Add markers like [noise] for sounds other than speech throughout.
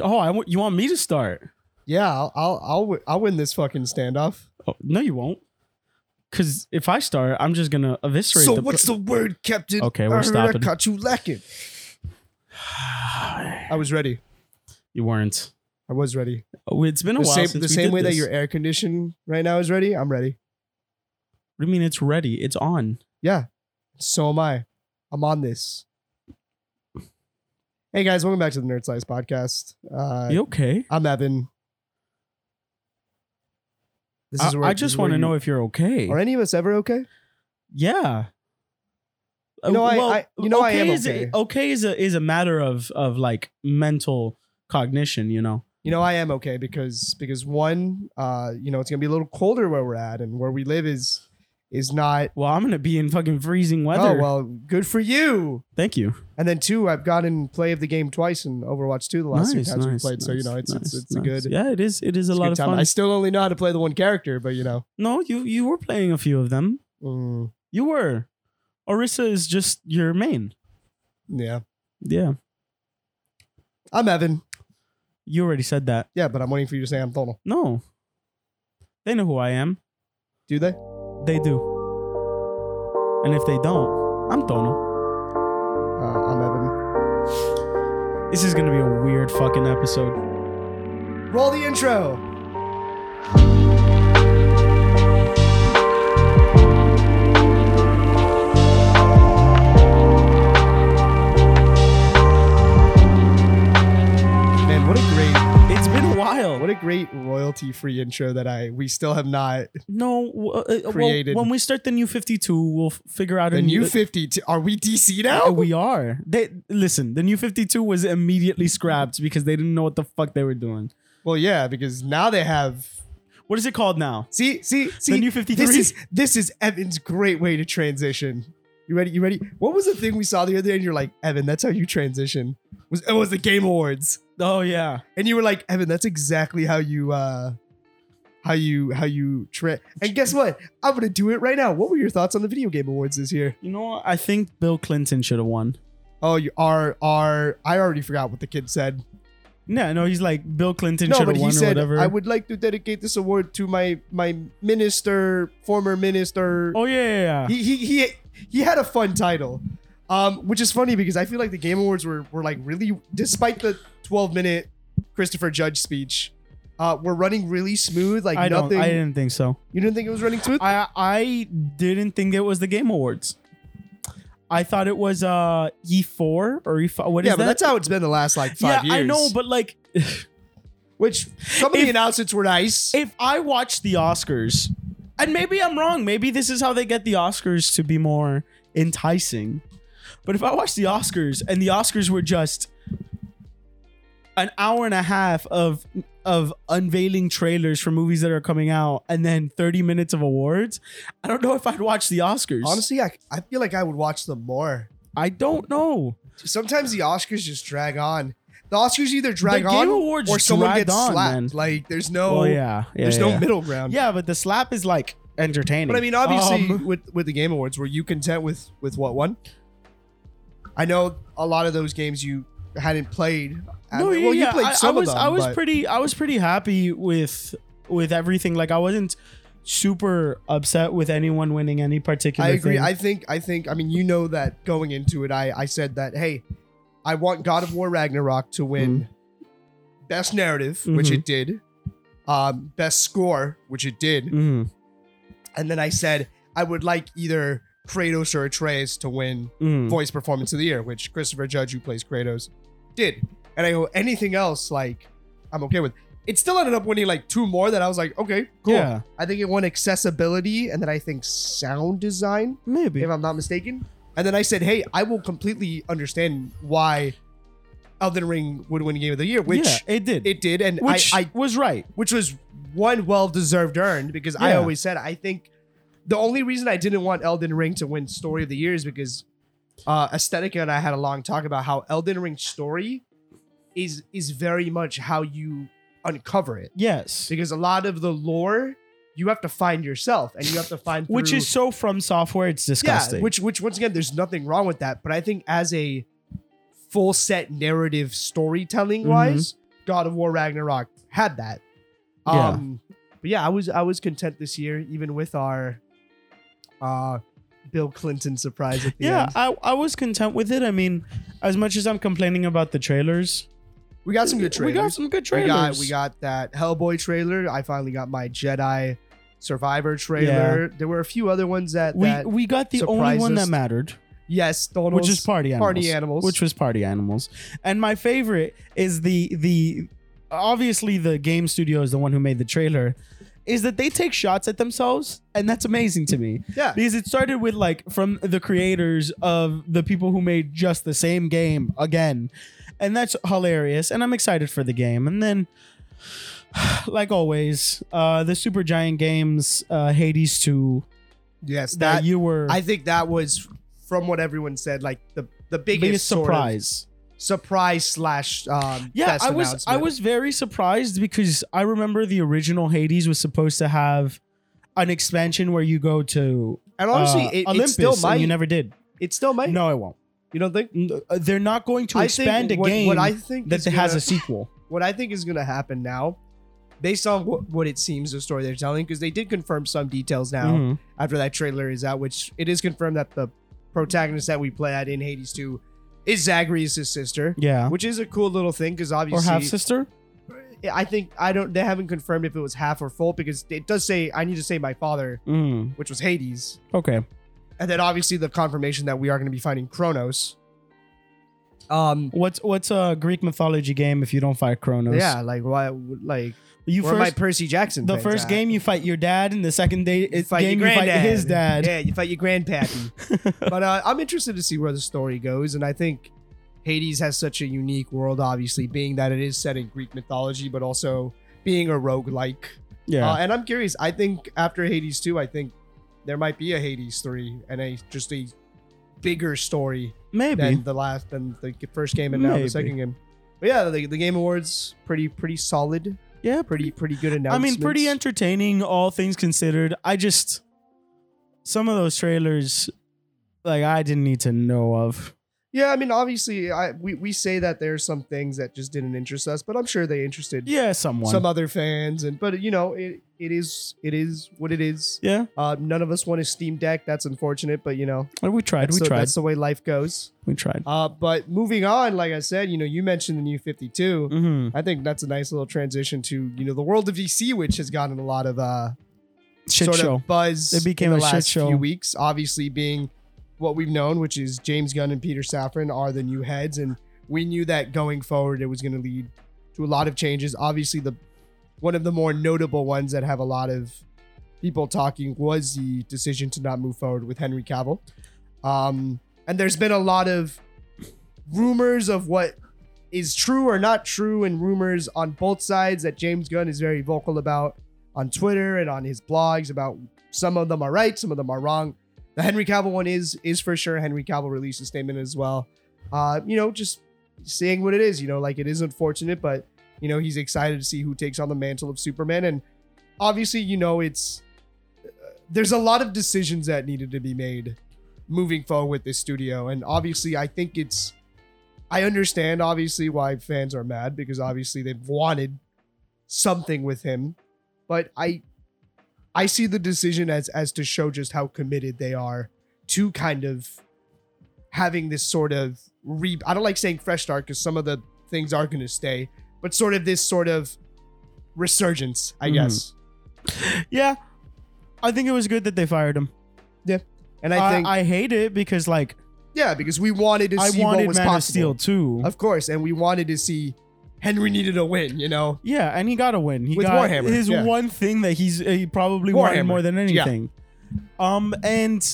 Oh, I want you want me to start? Yeah, I'll I'll I'll, wi- I'll win this fucking standoff. Oh, no, you won't. Because if I start, I'm just gonna eviscerate. so the what's the word, Captain? Okay, I we're heard stopping. I caught you lacking. I was ready. [sighs] you weren't. I was ready. Oh, it's been a The while. same, since the we same did way that this. your air condition right now is ready. I'm ready. What do you mean? It's ready. It's on. Yeah. So am I. I'm on this. Hey guys, welcome back to the Nerd Slice podcast. Uh, you okay? I'm Evan. This I, I this just where want to you- know if you're okay. are any of us ever okay? Yeah. Uh, No, I- I- you know I am Is okay. a, okay is a is a matter of of like mental cognition. You know. You know, I am okay because because one, uh, you know, it's gonna be a little colder where we're at, and where we live is is not. Well, I'm gonna be in fucking freezing weather. Oh well, good for you. Thank you. And then two, I've gotten play of the game twice in Overwatch two the last nice, few times we nice, played. so you know, nice, it's it's, nice, it's a nice. good. Yeah, it is. It is a it's lot good of time. fun. I still only know how to play the one character, but you know, no, you you were playing a few of them. mm, You were. Orisa is just your main. yeah. Yeah, I'm Evan. you already said that. Yeah, but I'm waiting for you to say I'm Thonal. No. They know who I am. Do they? They do. And if they don't, I'm Dono. Uh, I'm Evan. This is gonna be a weird fucking episode. Roll the intro. Man, what a great, It's been a while. what a great royalty-free intro that I we still have not. No, w- uh, uh, well, Created. when we start the new 52, we'll f- figure out a The new new. fifty. T- are we DC Uh, now? we are. They listen. The new 52 was immediately scrapped because they didn't know what the fuck they were doing. Well, yeah, because now they have. What is it called now? See, see, see. new 53. This is this is Evan's great way to transition. You ready? You ready? What was the thing we saw the other day? And you're like, Evan, that's how you transition. Was it was the Game Awards? Oh yeah. And you were like, Evan, that's exactly how you, uh how you, how you tra- And guess what? I'm gonna do it right now. What were your thoughts on the Video Game Awards this year? You know, what? I think Bill Clinton should have won. Oh, you are are. I already forgot what the kid said. No, no, he's like Bill Clinton No, should have but he won or said, whatever. I would like to dedicate this award to my my minister, former minister. oh yeah, yeah, yeah. [laughs] he he he he had a fun title, um, which is funny because I feel like the Game Awards were were like really, despite the 12 minute Christopher Judge speech, uh, were running really smooth. Like I don't. nothing. I didn't think so. you didn't think it was running smooth? I I didn't think it was the Game Awards. I thought it was uh E4 or E5. What is yeah, but that? that's how it's been the last like yeah, five I years. know, but like, which some of If- the announcements were nice. if I watch the Oscars, and maybe I'm wrong, maybe this is how they get the Oscars to be more enticing. But if I watch the Oscars and the Oscars were just an hour and a half of of unveiling trailers for movies that are coming out and then 30 minutes of awards, I don't know if I'd watch the Oscars. Honestly, I I feel like I would watch them more. I don't know. Sometimes the Oscars just drag on. The Oscars either drag Game on Awards or someone dragged gets on, slapped. man. Like there's no well, yeah, yeah Oh, there's yeah, no yeah. middle ground. Yeah, but the slap is like entertaining. But I mean, obviously, Um, with with the Game Awards, were you content with with what won? I know a lot of those games you hadn't played. I no, mean, yeah, well, yeah. you played I, some I was, of them. I was but- pretty, I was pretty happy with with everything. Like, I wasn't super upset with anyone winning any particular. I agree. thing. I think. I think. I mean, you know that going into it, I I said that. Hey, I want God of War Ragnarok to win Mm-hmm. best narrative, which Mhm. it did. Um, best score, which it did, Mhm, and then I said I would like either Kratos or Atreus to win mhm. voice performance of the year, which Christopher Judge, who plays Kratos, did. And I go, anything else, like, I'm okay with. It still ended up winning like two more that I was like, okay, cool. Yeah, I think it won accessibility and then I think sound design, maybe. if I'm not mistaken. And then I said, hey, I will completely understand why Elden Ring would win Game of the Year, which yeah, it did. it did. And which I, I, was right. which was one well deserved earned because I Yeah. always said, I think the only reason I didn't want Elden Ring to win Story of the Year is because uh, Aesthetic and I had a long talk about how Elden Ring story is is very much how you uncover it Yes, because a lot of the lore you have to find yourself and you have to find which through- is so from software. It's disgusting. yeah which which once again there's nothing wrong Mm-hmm. with that but I think as a full set narrative storytelling wise God of War Ragnarok had that. Yeah. Um but yeah, I was I was content this year even with our uh Bill Clinton surprise at the Yeah, end. I, I was content with it. I mean, as much as I'm complaining about the trailers, We got some good trailers. We got some good We trailers. got we got that Hellboy trailer. I finally got my Jedi Survivor trailer. There were a few other ones that, we, that we got the only surprised one that us. mattered, yes, Donald's which is party animals. party animals. Which was party animals. And my favorite is the the obviously the game studio is the one who made the trailer. Is that they take shots at themselves, and that's amazing to me. yeah, Because it started with like from the creators of the people who made just the same game again. And that's hilarious. And I'm excited for the game. And then, [sighs] like always, uh, the Super Giant Games uh, Hades 2 yes, that, that you were I think that was from what everyone said, like the the biggest, biggest sort of surprise. surprise slash um, Yeah, best I was I announcement. was very surprised because I remember the original Hades was supposed to have an expansion where you go to and uh, honestly it, Olympus, it still and might you never did. it still might No, it won't. you don't think N- uh, They're not going to I expand think a what, game. what I think that is it has gonna- a sequel. what I think is gonna happen now based on what, what it seems the story they're telling because they did confirm some details [laughs] now Mm-hmm. after that trailer is out which it is confirmed that the protagonist that we play at in Hades 2 is Zagreus' sister Yeah. which is a cool little thing because Or obviously half sister? I think I don't. They haven't confirmed if it was half or full because it does say I need to say my father, Mm. which was Hades, Okay. and then obviously the confirmation that we are going to be finding Kronos. Um. What's what's a Greek mythology game if you don't fight Kronos? Yeah. Like why? Like You where my first Percy Jackson? the fans first at? game you fight your dad, and the second day You it's game you fight his dad. Yeah, you fight your [laughs] grandpappy. but uh, I'm interested to see where the story goes, and I think Hades has such a unique world, obviously, being that it is set in Greek mythology, but also being a roguelike Yeah. Uh, and I'm curious. I think after Hades 2, I think there might be a Hades 3 and a just a bigger story Maybe. than the last than the first game and now Maybe. the second game. But yeah, the, the Game Awards pretty pretty solid, yeah. pretty pretty good I announcements. mean, pretty entertaining, all things considered. I just some of those trailers, like I didn't need to know of. yeah, I mean, obviously, I we, we say that there's some things that just didn't interest us, but I'm sure they interested Yeah, someone. some other fans. And but you know, it it is it is what it is. yeah, Uh, none of us want a Steam Deck. That's unfortunate, but you know, we tried. We so tried. that's the way life goes. We tried. Uh, but moving on, like I said, you know, you mentioned the new 52. Mm-hmm. I think that's a nice little transition to, you know, the world of DC, which has gotten a lot of uh, Shit sort show. of buzz It became in a the shit last show. few weeks. Obviously, being what we've known, which is James Gunn and Peter Safran are the new heads. And we knew that going forward, it was going to lead to a lot of changes. Obviously, the one of the more notable ones that have a lot of people talking was the decision to not move forward with Henry Cavill. Um, and there's been a lot of rumors of what is true or not true, and rumors on both sides that James Gunn is very vocal about on Twitter and on his blogs about some of them are right, some of them are wrong. The Henry Cavill one is is for sure. Henry Cavill released a statement as well. Uh, you know, just seeing what it is. You know, like it is unfortunate, but you know he's excited to see who takes on the mantle of Superman. And obviously, you know, it's uh, there's a lot of decisions that needed to be made moving forward with this studio. And obviously, I think it's I understand obviously why fans are mad because obviously they've wanted something with him, but I I see the decision as as to show just how committed they are to kind of having this sort of re I don't like saying fresh start because some of the things are going to stay, but sort of this sort of resurgence, I Mhm. guess. Yeah, I think it was good that they fired him. And I, I, think I hate it because like yeah, because we wanted to I see what wanted was Man of possible. Steel too. Of course, and we wanted to see Henry needed a win, you know. Yeah, and he got a win. He With got Warhammer, his yeah. one thing that he's he probably wanted Warhammer, more than yeah. anything. Um, and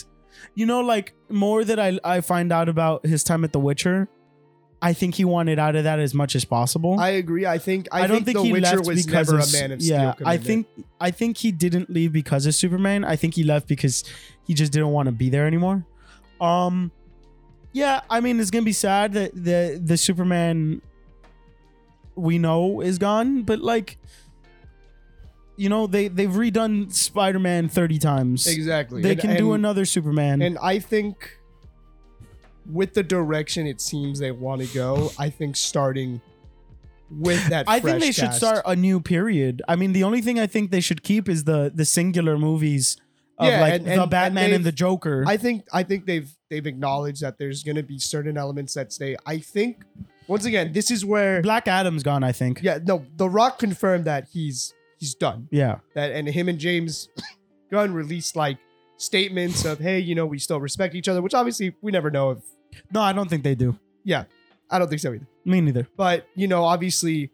you know, like more that I I find out about his time at The Witcher, I think he wanted out of that as much as possible. I agree. I think I, don't think, The he Witcher left was because never of, a man of steel. yeah. I commitment. think I think he didn't leave because of Superman. I think he left because he just didn't want to be there anymore. Um, yeah. I mean, it's gonna be sad that the the Superman we know is gone, but like, you know, they they've redone Spider Man thirty times. exactly They And- can do and- another Superman. And I think with the direction it seems they want to go, I think starting with that. I think fresh they should cast. start a new period. I mean, the only thing I think they should keep is the the singular movies of Yeah, like and- and- the and Batman and, they've- the Joker. I think I think they've they've acknowledged that there's going to be certain elements that stay. I think once again, this is where Black Adam's gone, I think. yeah, no, The Rock confirmed that he's he's done. Yeah. That and him and James [coughs] Gunn released like statements of hey, you know, we still respect each other, which obviously we never know if No, I don't think they do. I don't think so either. Me neither. But, you know, obviously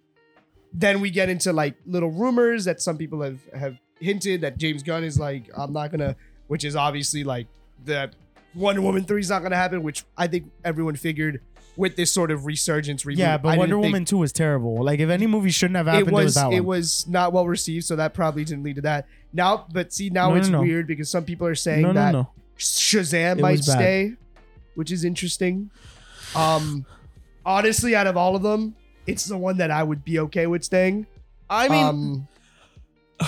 then we get into like little rumors that some people have have hinted that James Gunn is like I'm not going to which is obviously like the Wonder Woman 3 is not going to happen, which I think everyone figured with this sort of resurgence reboot. Yeah, but I Wonder didn't think- Woman 2 was terrible. Like, if any movie shouldn't have happened, it was that it one. was not well received, so that probably didn't lead to that. Now, but see, now No, no, it's no. weird because some people are saying no, that no, no. Shazam It might was bad. stay, which is interesting. Um, honestly, out of all of them, it's the one that I would be okay with staying. I mean, um, [sighs]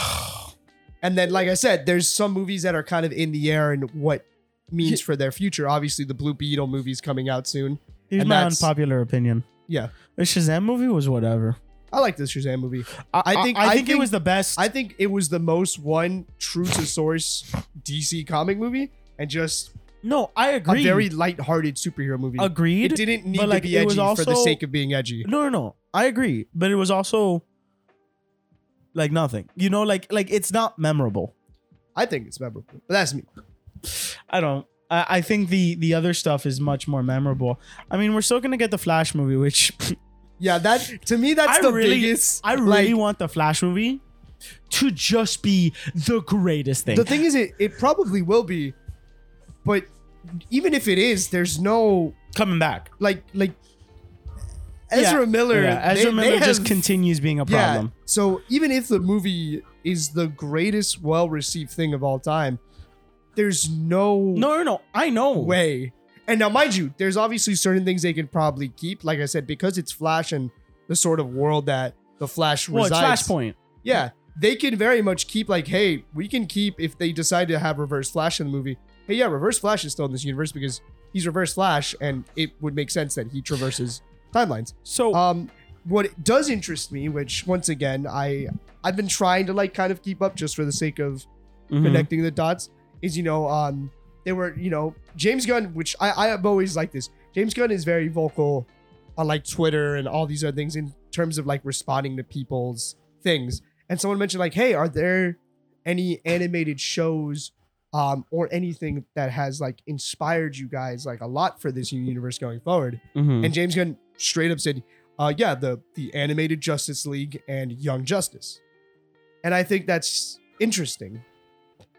and then, like I said, there's some movies that are kind of in the air and what means for their future. Obviously, the Blue Beetle movie's coming out soon. here's and my that's- unpopular opinion. Yeah. The Shazam movie was whatever. I like this Shazam movie. I, think- I, I think it think- was the best. I think it was the most one true to source DC comic movie and just no, I agree. a very light-hearted superhero movie. agreed. It didn't need but, like, to be it edgy was for the also- sake of being edgy. No, no, no. I agree, but it was also like nothing. You know, like like it's not memorable. I think it's memorable. But that's me. I don't. I, I think the the other stuff is much more memorable. I mean, we're still gonna get the Flash movie, which [laughs] Yeah, that to me that's I the really- biggest. I really like, want the Flash movie to just be the greatest thing. the thing is, it it probably will be, but even if it is, there's no Coming back, like like Yeah. Ezra Miller. yeah, Ezra they- they Miller just have- continues being a Yeah. problem. So even if the movie is the greatest well received thing of all time, there's no, No, no, no. I know. way. And now, mind you, there's obviously certain things they can probably keep. Like I said, because it's Flash and the sort of world that the Flash well, it's resides. Flashpoint. Yeah, they can very much keep like, hey, we can keep if they decide to have Reverse Flash in the movie. Hey, yeah, Reverse Flash is still in this universe because he's Reverse Flash, and it would make sense that he traverses timelines. So [laughs] Um, what does interest me, which once again I I've been trying to like kind of keep up just for the sake of mhm. connecting the dots, is you know um they were you know James Gunn, which I I have always liked this. James Gunn is very vocal on like Twitter and all these other things in terms of like responding to people's things. And someone mentioned like, hey, are there any animated shows? Um, or anything that has like inspired you guys like a lot for this universe going forward. Mhm. And James Gunn straight up said, uh, yeah, the the animated Justice League and Young Justice. And I think that's interesting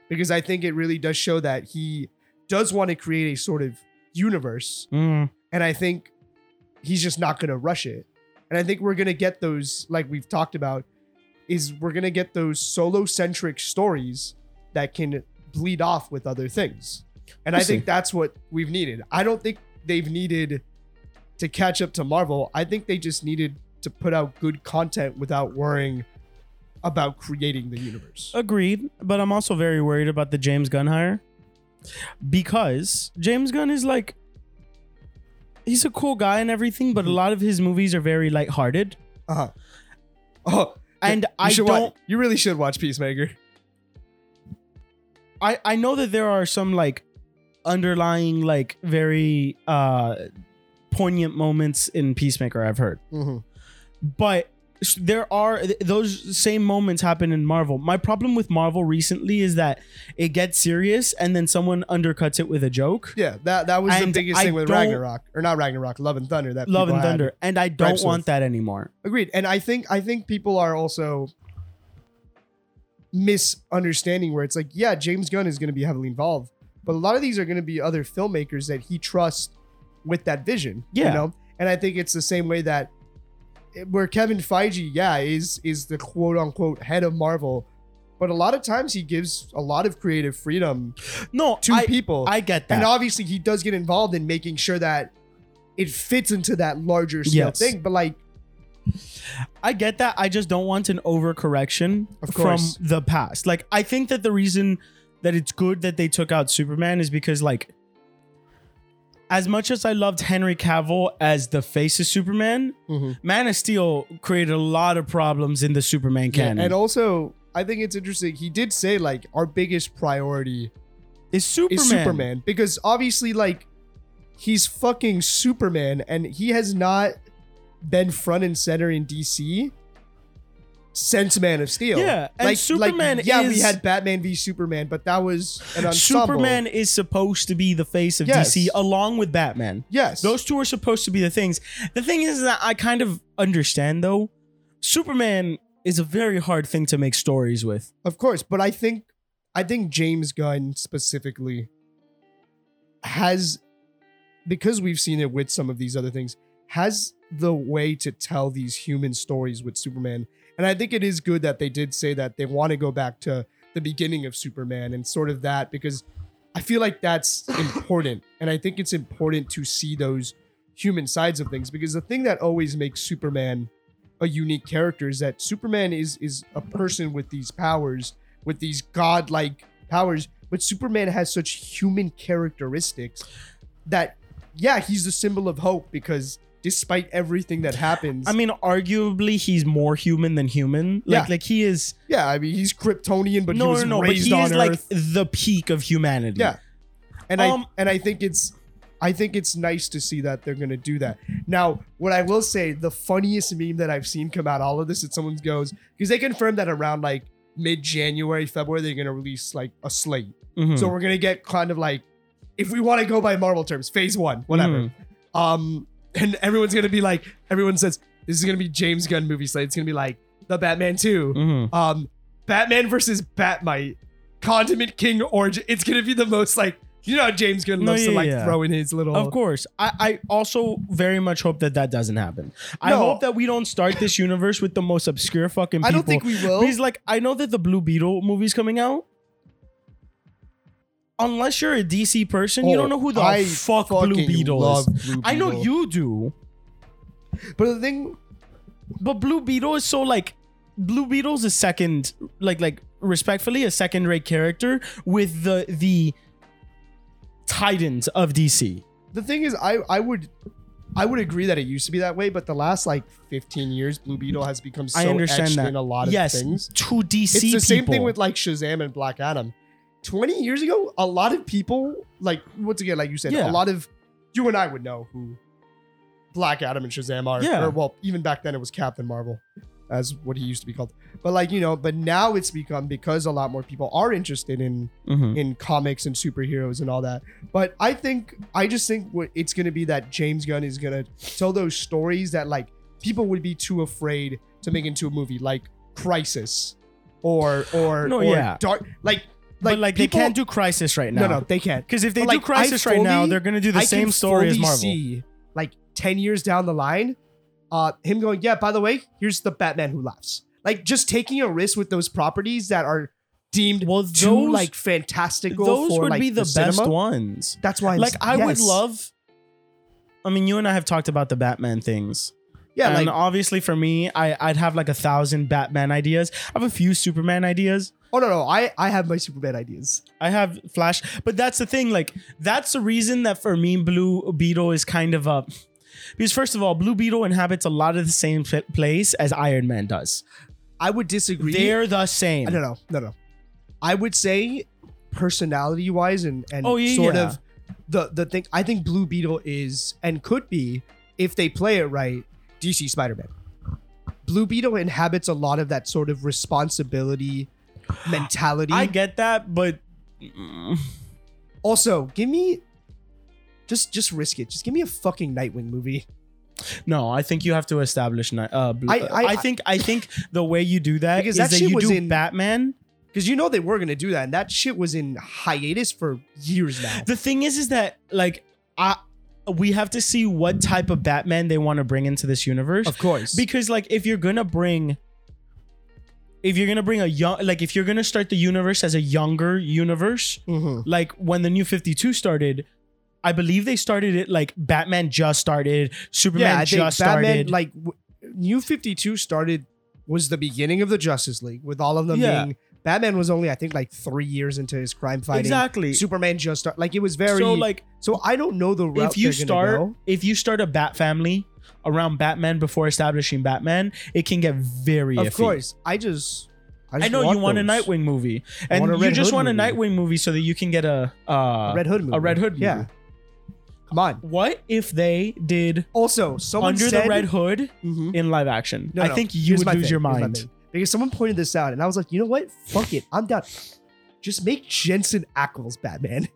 because I think it really does show that he does want to create a sort of universe. Mm. And I think he's just not going to rush it. And I think we're going to get those, like we've talked about, is we're going to get those solo centric stories that can bleed off with other things. And I We'll think see. that's what we've needed. I don't think they've needed to catch up to Marvel. I think they just needed to put out good content without worrying about creating the universe. Agreed, but I'm also very worried about the James Gunn hire because James Gunn is like he's a cool guy and everything, Mm-hmm. but a lot of his movies are very lighthearted. Uh-huh. Oh, And you I should wa- don't- you really should watch Peacemaker. I I know that there are some like underlying like very uh poignant moments in Peacemaker I've heard. Mm-hmm. but s- there are th- those same moments happen in Marvel. My problem with Marvel recently is that it gets serious and then someone undercuts it with a joke. Yeah, that that was the And biggest I thing with don't- Ragnarok, or not Ragnarok, Love and Thunder. That Love people and had. Thunder, and I don't gripes want with. that anymore. Agreed, and I think I think people are also misunderstanding where it's like, yeah, James Gunn is going to be heavily involved, but a lot of these are going to be other filmmakers that he trusts with that vision. Yeah. you know, and I think it's the same way that where Kevin Feige, yeah, is is the quote unquote head of Marvel, but a lot of times he gives a lot of creative freedom No, to I, people. I get that. And obviously, he does get involved in making sure that it fits into that larger scale Yes. thing. But like, I get that. I just don't want an overcorrection Of from course. the past. Like I think that the reason that it's good that they took out Superman is because like as much as I loved Henry Cavill as the face of Superman, Man of Steel created a lot of problems in the Superman canon. and also, I think it's interesting. He did say like our biggest priority it's Superman. is Superman because obviously, like, he's fucking Superman, and he has not been front and center in DC since Man of Steel. Yeah, and Superman yeah, we is- had Batman v Superman, but that was an ensemble. Superman is supposed to be the face of Yes. DC along with Batman. Yes. Those two are supposed to be the things. The thing is that I kind of understand though. Superman is a very hard thing to make stories with. Of course, but I think I think James Gunn specifically has because we've seen it with some of these other things has the way to tell these human stories with Superman. And I think it is good that they did say that they want to go back to the beginning of Superman and sort of that because I feel like that's important. And I think it's important to see those human sides of things because the thing that always makes Superman a unique character is that Superman is is a person with these powers, with these godlike powers, but Superman has such human characteristics that yeah, he's the symbol of hope because despite everything that happens, I mean, arguably he's more human than human. Like Yeah. like he is yeah, I mean he's Kryptonian, but he no was no no, but raised he on is Earth. like the peak of humanity. Yeah. and Um, I and I think it's I think it's nice to see that they're gonna do that. Now, what I will say, the funniest meme that I've seen come out all of this, is someone goes because they confirmed that around like mid January, February, they're gonna release like a slate. Mhm. So we're gonna get kind of like, if we want to go by Marvel terms, Phase One, whatever. Um, and everyone's gonna be like, everyone says this is gonna be James Gunn movie slate. It's gonna be like the Batman 2 Mhm. um, Batman versus Batmite, Condiment King origin. It's gonna be the most like you know how James Gunn No, loves yeah, to like yeah. throw in his little. Of course. I, I also very much hope that that doesn't happen. I No. hope that we don't start this universe with the most obscure fucking people. I don't think we will. He's like, I know that the Blue Beetle movie's coming out. Unless you're a DC person, you Oh, don't know who the I fuck Blue fucking Beetle is. love Blue I know Beetle. you do, But the thing, but Blue Beetle is so like, Blue Beetle's a second, like, like respectfully, a second-rate character with the the titans of DC. the thing is, I I would. I would agree that it used to be that way, but the last like 15 years, Blue Beetle has become so I understand etched that. in a lot of yes, things. to DC. It's the people. same thing with like Shazam and Black Adam. 20 years ago, a lot of people, like, once again, like you said, Yeah. a lot of you and I would know who Black Adam and Shazam are. Yeah. Or, well, even back then it was Captain Marvel, as what he used to be called. But, like, you know, but now it's become because a lot more people are interested in Mhm. in comics and superheroes and all that. But I think I just think what it's gonna be that James Gunn is gonna tell those stories that like people would be too afraid to make into a movie, like Crisis or or No, or yeah. Dark, like like But like people, they can't do Crisis right now. no no they can't. Because if they But, do like, I Crisis right now, fully- they're gonna do the I same can story as fully Marvel. See, like ten years down the line, uh, him going, yeah. By the way, here's the Batman who laughs. Like just taking a risk with those properties that are deemed Well, too those- like fantastical. Those for, would like, be the, best cinema. ones. That's why, I'm Like s- I would yes. love. I mean, you and I have talked about the Batman things. yeah, and like obviously for me, I, I'd have like a thousand Batman ideas. I have a few Superman ideas. oh no, no, I I have my Superman ideas. I have Flash, but that's the thing. Like that's the reason that for me, Blue Beetle is kind of a because first of all, Blue Beetle inhabits a lot of the same pl- place as Iron Man does. I would disagree. They're the same. no, no, no, no. I would say personality wise and and Oh, yeah, sort yeah. of the the thing. I think Blue Beetle is and could be if they play it right. DC Spider Man. Blue Beetle inhabits a lot of that sort of responsibility mentality. I get that, but mm, also, give me just just risk it. Just give me a fucking Nightwing movie. no, I think you have to establish. ni- Uh, Blue, I, I- I- think I think the way you do that Because is that that shit you was do in- Batman. Because you know they were gonna do that, and that shit was in hiatus for years now. The thing is, is that like I we have to see what type of Batman they want to bring into this universe. Of course. because like if you're gonna bring if you're gonna bring a young like if you're gonna start the universe as a younger universe Mm-hmm. like when the new 52 started i believe they started it like batman just started superman yeah, I think just Batman started like w- New Fifty Two started was the beginning of the Justice League with all of them Yeah. being Batman was only I think like three years into his crime fighting. Exactly. Superman just started. Like it was very. so like So I don't know the route if you they're gonna start go. if you start a bat family around Batman before establishing Batman, it can get very Of iffy. course, I just. I, I just know you want a those. Nightwing movie, I and want a you Red just Hood want a movie. Nightwing movie so that you can get a uh, A Red Hood movie. a Red Hood movie. Yeah. Come on. What if they did Also, someone Under said, the Red Hood Mhm. in live action? No, I no. think you Here's would my lose thing. your Here's my mind. thing. because someone pointed this out, and I was like, you know what? Fuck it, I'm done. Just make Jensen Ackles Batman.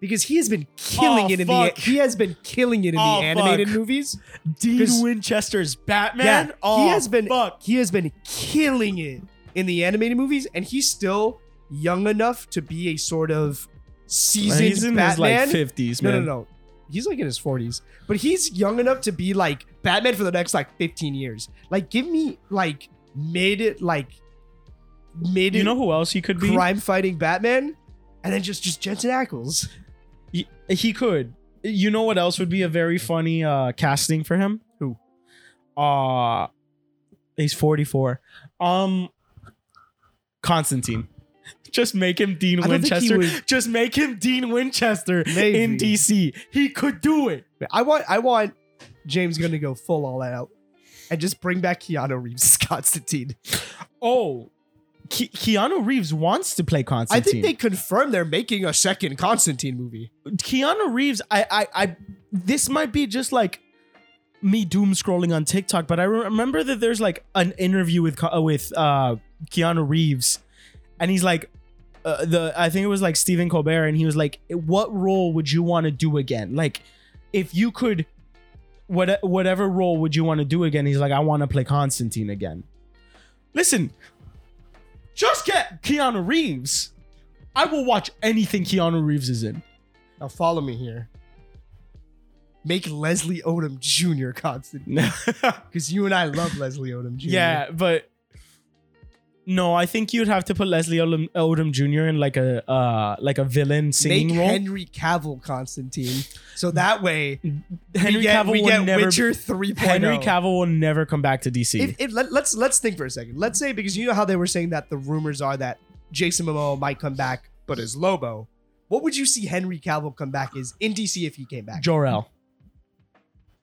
Because he has been killing Oh, it in the fuck. he has been killing it in Oh, the animated fuck. movies. Dean 'Cause- Winchester's Batman. Yeah, oh, he has been fuck. he has been killing it in the animated movies, and he's still young enough to be a sort of seasoned He's in his Batman. like fifties, no, man. no, no. He's like in his 40s, but he's young enough to be like Batman for the next like 15 years. Like, give me like mid, like mid You know who else he could be? crime fighting Batman, and then just just Jensen Ackles. He, he could. You know what else would be a very funny uh casting for him? Who? Uh he's 44. Um Constantine. Just make him Dean I don't think he Winchester. [laughs] would- Just make him Dean Winchester in Maybe. DC. He could do it. I want I want James Gunn to go full all out and just bring back Keanu Reeves [laughs] as Constantine. Oh. Ke- Keanu Reeves wants to play I Constantine. think they confirmed they're making a second Constantine movie. Keanu Reeves, I, I, I, this might be just like me doom scrolling on TikTok, but I re- remember that there's like an interview with Co- uh, with uh, Keanu Reeves, and he's like, uh, the I think it was like Stephen Colbert, and he was like, "What role would you want to do again? Like, if you could, what whatever role would you want to do again?" He's like, "I want to play Constantine again." Listen, just get Keanu Reeves. I will watch anything Keanu Reeves is in. Now follow me here. Make Leslie Odom [laughs] Jr. Constantine. Because you and I love Leslie Odom Jr. yeah, but no, I think you'd have to put Leslie Odom, Odom Jr. in like a uh like a villain singing Make role. Henry Cavill Constantine. So that way [laughs] Henry we get, Cavill we will get never. Witcher 3.0. Henry Cavill will never come back to DC. If, if, let, let's let's think for a second. Let's say because you know how they were saying that the rumors are that Jason Momoa might come back, but as Lobo. What would you see Henry Cavill come back as in DC if he came back? Jor El,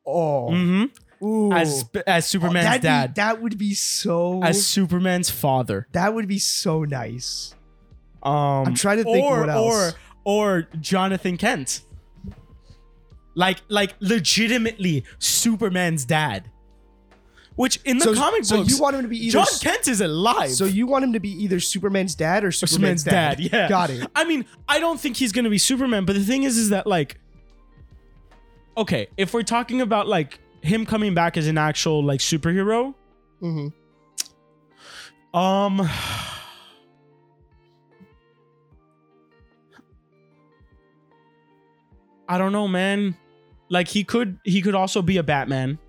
oh, hmm Ooh. as as Superman's that'd be- dad, that would be so. as Superman's father. that would be so nice. Um, I'm trying to think or, what else. Or or Jonathan Kent. Like like legitimately Superman's dad. Which in the so, comic so books, you want him to be either John Kent is alive. So you want him to be either Superman's dad or Superman's, Superman's dad, yeah. Got it. I mean, I don't think he's gonna be Superman, but the thing is, is that like, okay, if we're talking about like him coming back as an actual like superhero, hmm Mm-hmm. um, I don't know, man. Like he could, he could also be a Batman.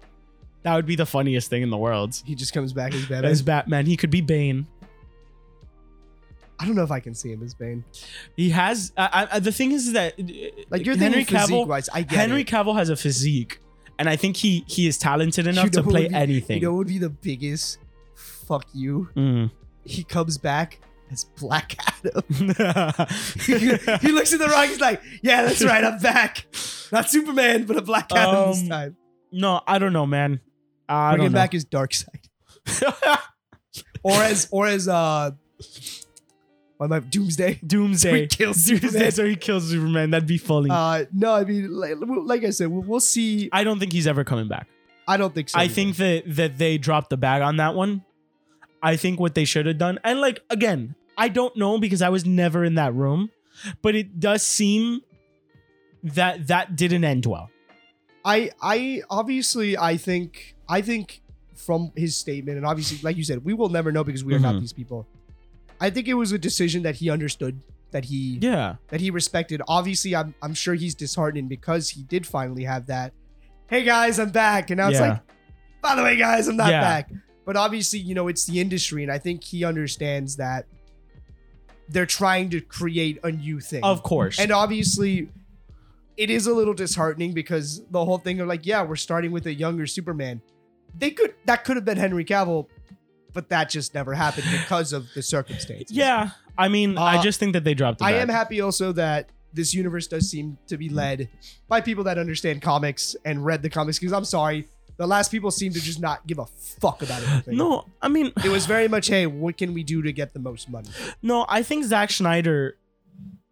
That would be the funniest thing in the world. He just [laughs] comes back as Batman. As Batman, he could be Bane. I don't know if I can see him as Bane. He has. I, I, the thing is that uh, Like you're Henry thinking Cavill. physique wise. I get Henry it. Cavill has a physique, and I think he he is talented enough You know to play what would be- anything. You know what would be the biggest fuck you? Mm. He comes back as Black Adam. [laughs] he looks at the rock. He's like, "Yeah, that's right. I'm back. Not Superman, but a Black Adam this Um, time. [laughs] no, I don't know, man. I Bring don't him know. back as Darkseid, or as or as uh, what am I? Doomsday. [laughs] [laughs] Doomsday. He kills [laughs] Doomsday, Superman. so he kills Superman. That'd be funny. Uh, no, I mean, like, like I said, we'll, we'll see. I don't think he's ever coming back. I don't think so. I either. think that that they dropped the bag on that one. I think what they should have done, and like again, I don't know because I was never in that room, but it does seem that that didn't end well. I I obviously I think I think from his statement and obviously like you said we will never know because we are not Mhm. these people. I think it was a decision that he understood that he Yeah. that he respected. Obviously I'm I'm sure he's disheartened because he did finally have that. Hey guys, I'm back and now it's Yeah. like by the way guys, I'm not Yeah. back. But obviously, you know, it's the industry and I think he understands that they're trying to create a new thing. Of course. And obviously, it is a little disheartening because the whole thing of like, yeah, we're starting with a younger Superman. They could that could have been Henry Cavill, but that just never happened because of the circumstances. Yeah, I mean, I Uh, just think that they dropped. The I bag. am happy also that this universe does seem to be led by people that understand comics and read the comics. Because I'm sorry, the last people seem to just not give a fuck about [laughs] anything. No, I mean, It was very much, hey, what can we do to get the most money? no, I think Zack Snyder.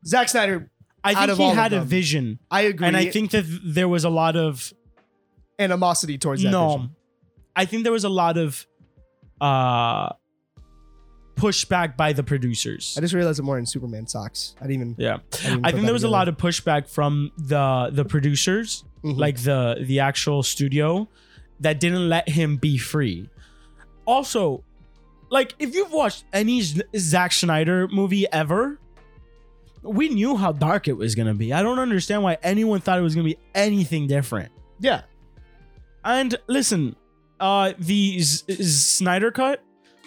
Zack Snyder, I Out think of he all of had a them, vision, I agree. and I think that there was a lot of animosity towards that. no. vision. I think there was a lot of uh pushback by the producers. I just realized I'm wearing Superman socks. I didn't even. yeah, I, didn't I think there was a lot of pushback from the the producers, Mm-hmm. like the the actual studio, that didn't let him be free. Also, like if you've watched any Z- Zack Snyder movie ever, we knew how dark it was gonna be. I don't understand why anyone thought it was gonna be anything different. yeah. And listen, uh, the Z- Z- Snyder cut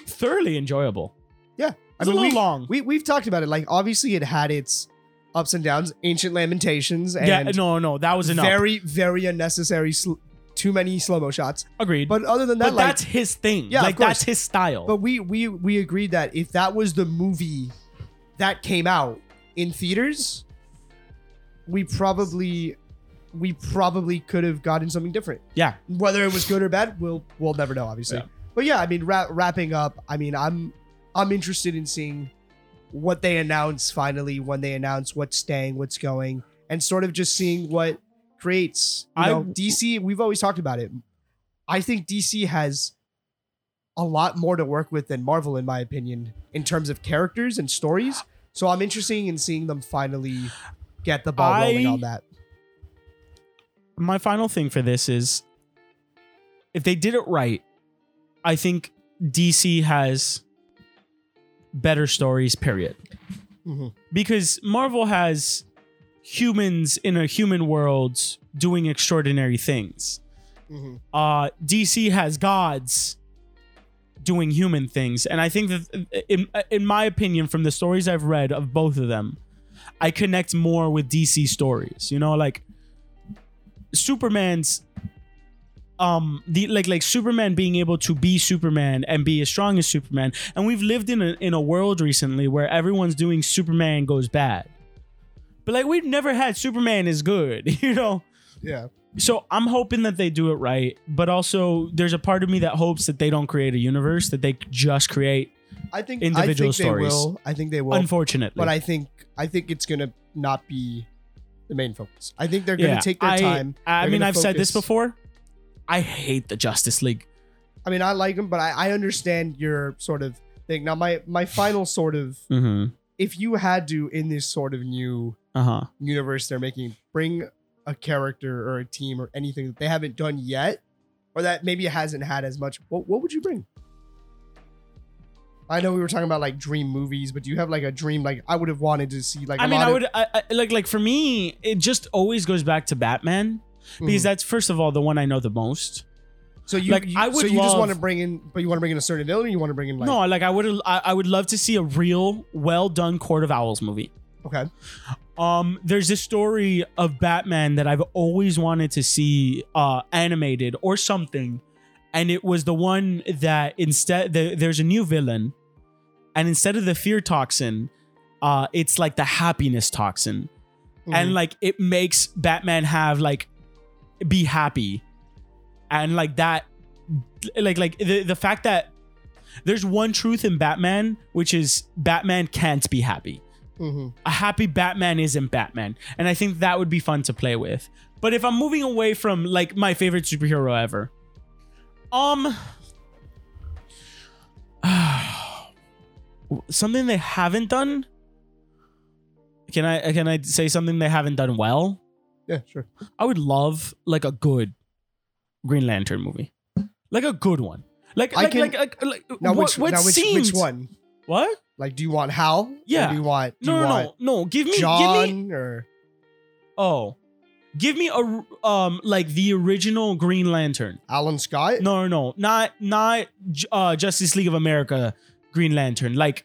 thoroughly enjoyable. I It's a mean, little we, long. We we've talked about it. Like obviously, it had its ups and downs. Ancient Lamentations and yeah, no, no, that was enough. very very unnecessary. Sl- too many slow mo shots. Agreed. But, But other than that, like, that's his thing. Yeah, of like that's his style. But we we we agreed that if that was the movie that came out in theaters, we probably we probably could have gotten something different. yeah. Whether it was good or bad, we'll we'll never know, obviously. Yeah. But yeah, I mean, wrap, wrapping up, I mean, I'm I'm interested in seeing what they announce finally when they announce what's staying, what's going, and sort of just seeing what creates. You I- know, DC, we've always talked about it. I think DC has a lot more to work with than Marvel, in my opinion, in terms of characters and stories. So I'm interested in seeing them finally get the ball rolling I- on that. my final thing for this is if they did it right, I think DC has better stories, period. Mhm. Because Marvel has humans in a human world doing extraordinary things. Uh, DC has gods doing human things. And I think that, in, in my opinion, from the stories I've read of both of them, I connect more with DC stories. You know, like Superman's um the like like Superman being able to be Superman and be as strong as Superman and we've lived in a in a world recently where everyone's doing Superman goes bad. But like we've never had Superman is good, [laughs] you know. Yeah. So I'm hoping that they do it right, but also there's a part of me that hopes that they don't create a universe that they just create I think Individual I think stories. They will. I think they will. unfortunately. but I think I think it's gonna not be the main focus. I think they're gonna Yeah, take their I- time. I They're mean, gonna I've said this focus. before. I hate the Justice League. I mean, I like them, but I, I understand your sort of thing. Now, my my final sort of, Mhm. if you had to in this sort of new Uh-huh. universe they're making, bring a character or a team or anything that they haven't done yet, or that maybe hasn't had as much. What what would you bring? I know we were talking about like dream movies, but do you have like a dream? Like I would have wanted to see like. I I mean, lot I of- would I, I, like like for me, it just always goes back to Batman because Mhm. that's first of all the one I know the most. So you, Like, you- I would so you just love- want to bring in, but you want to bring in a certain villain. or You want to bring in like no, like I would I, I would love to see a real well done Court of Owls movie. okay, Um, there's this story of Batman that I've always wanted to see uh animated or something, and it was the one that instead the, there's a new villain, and instead of the fear toxin, uh, it's like the happiness toxin. and like it makes Batman have like be happy, and like that, like like the the fact that there's one truth in Batman, which is Batman can't be happy. Mhm. A happy Batman isn't Batman, and I think that would be fun to play with. But if I'm moving away from like my favorite superhero ever, um. [sighs] Something they haven't done can I can I say something they haven't done well? yeah, sure. I would love like a good Green Lantern movie, like a good one. Like I like, can- like like like Now what, which what now which, seemed- which one? What? Like, do you want Hal? Or Yeah. Do you want do No you no want no no. Give me John give me or oh, give me a um like the original Green Lantern. Alan Scott? No no no not not uh Justice League of America Green Lantern like.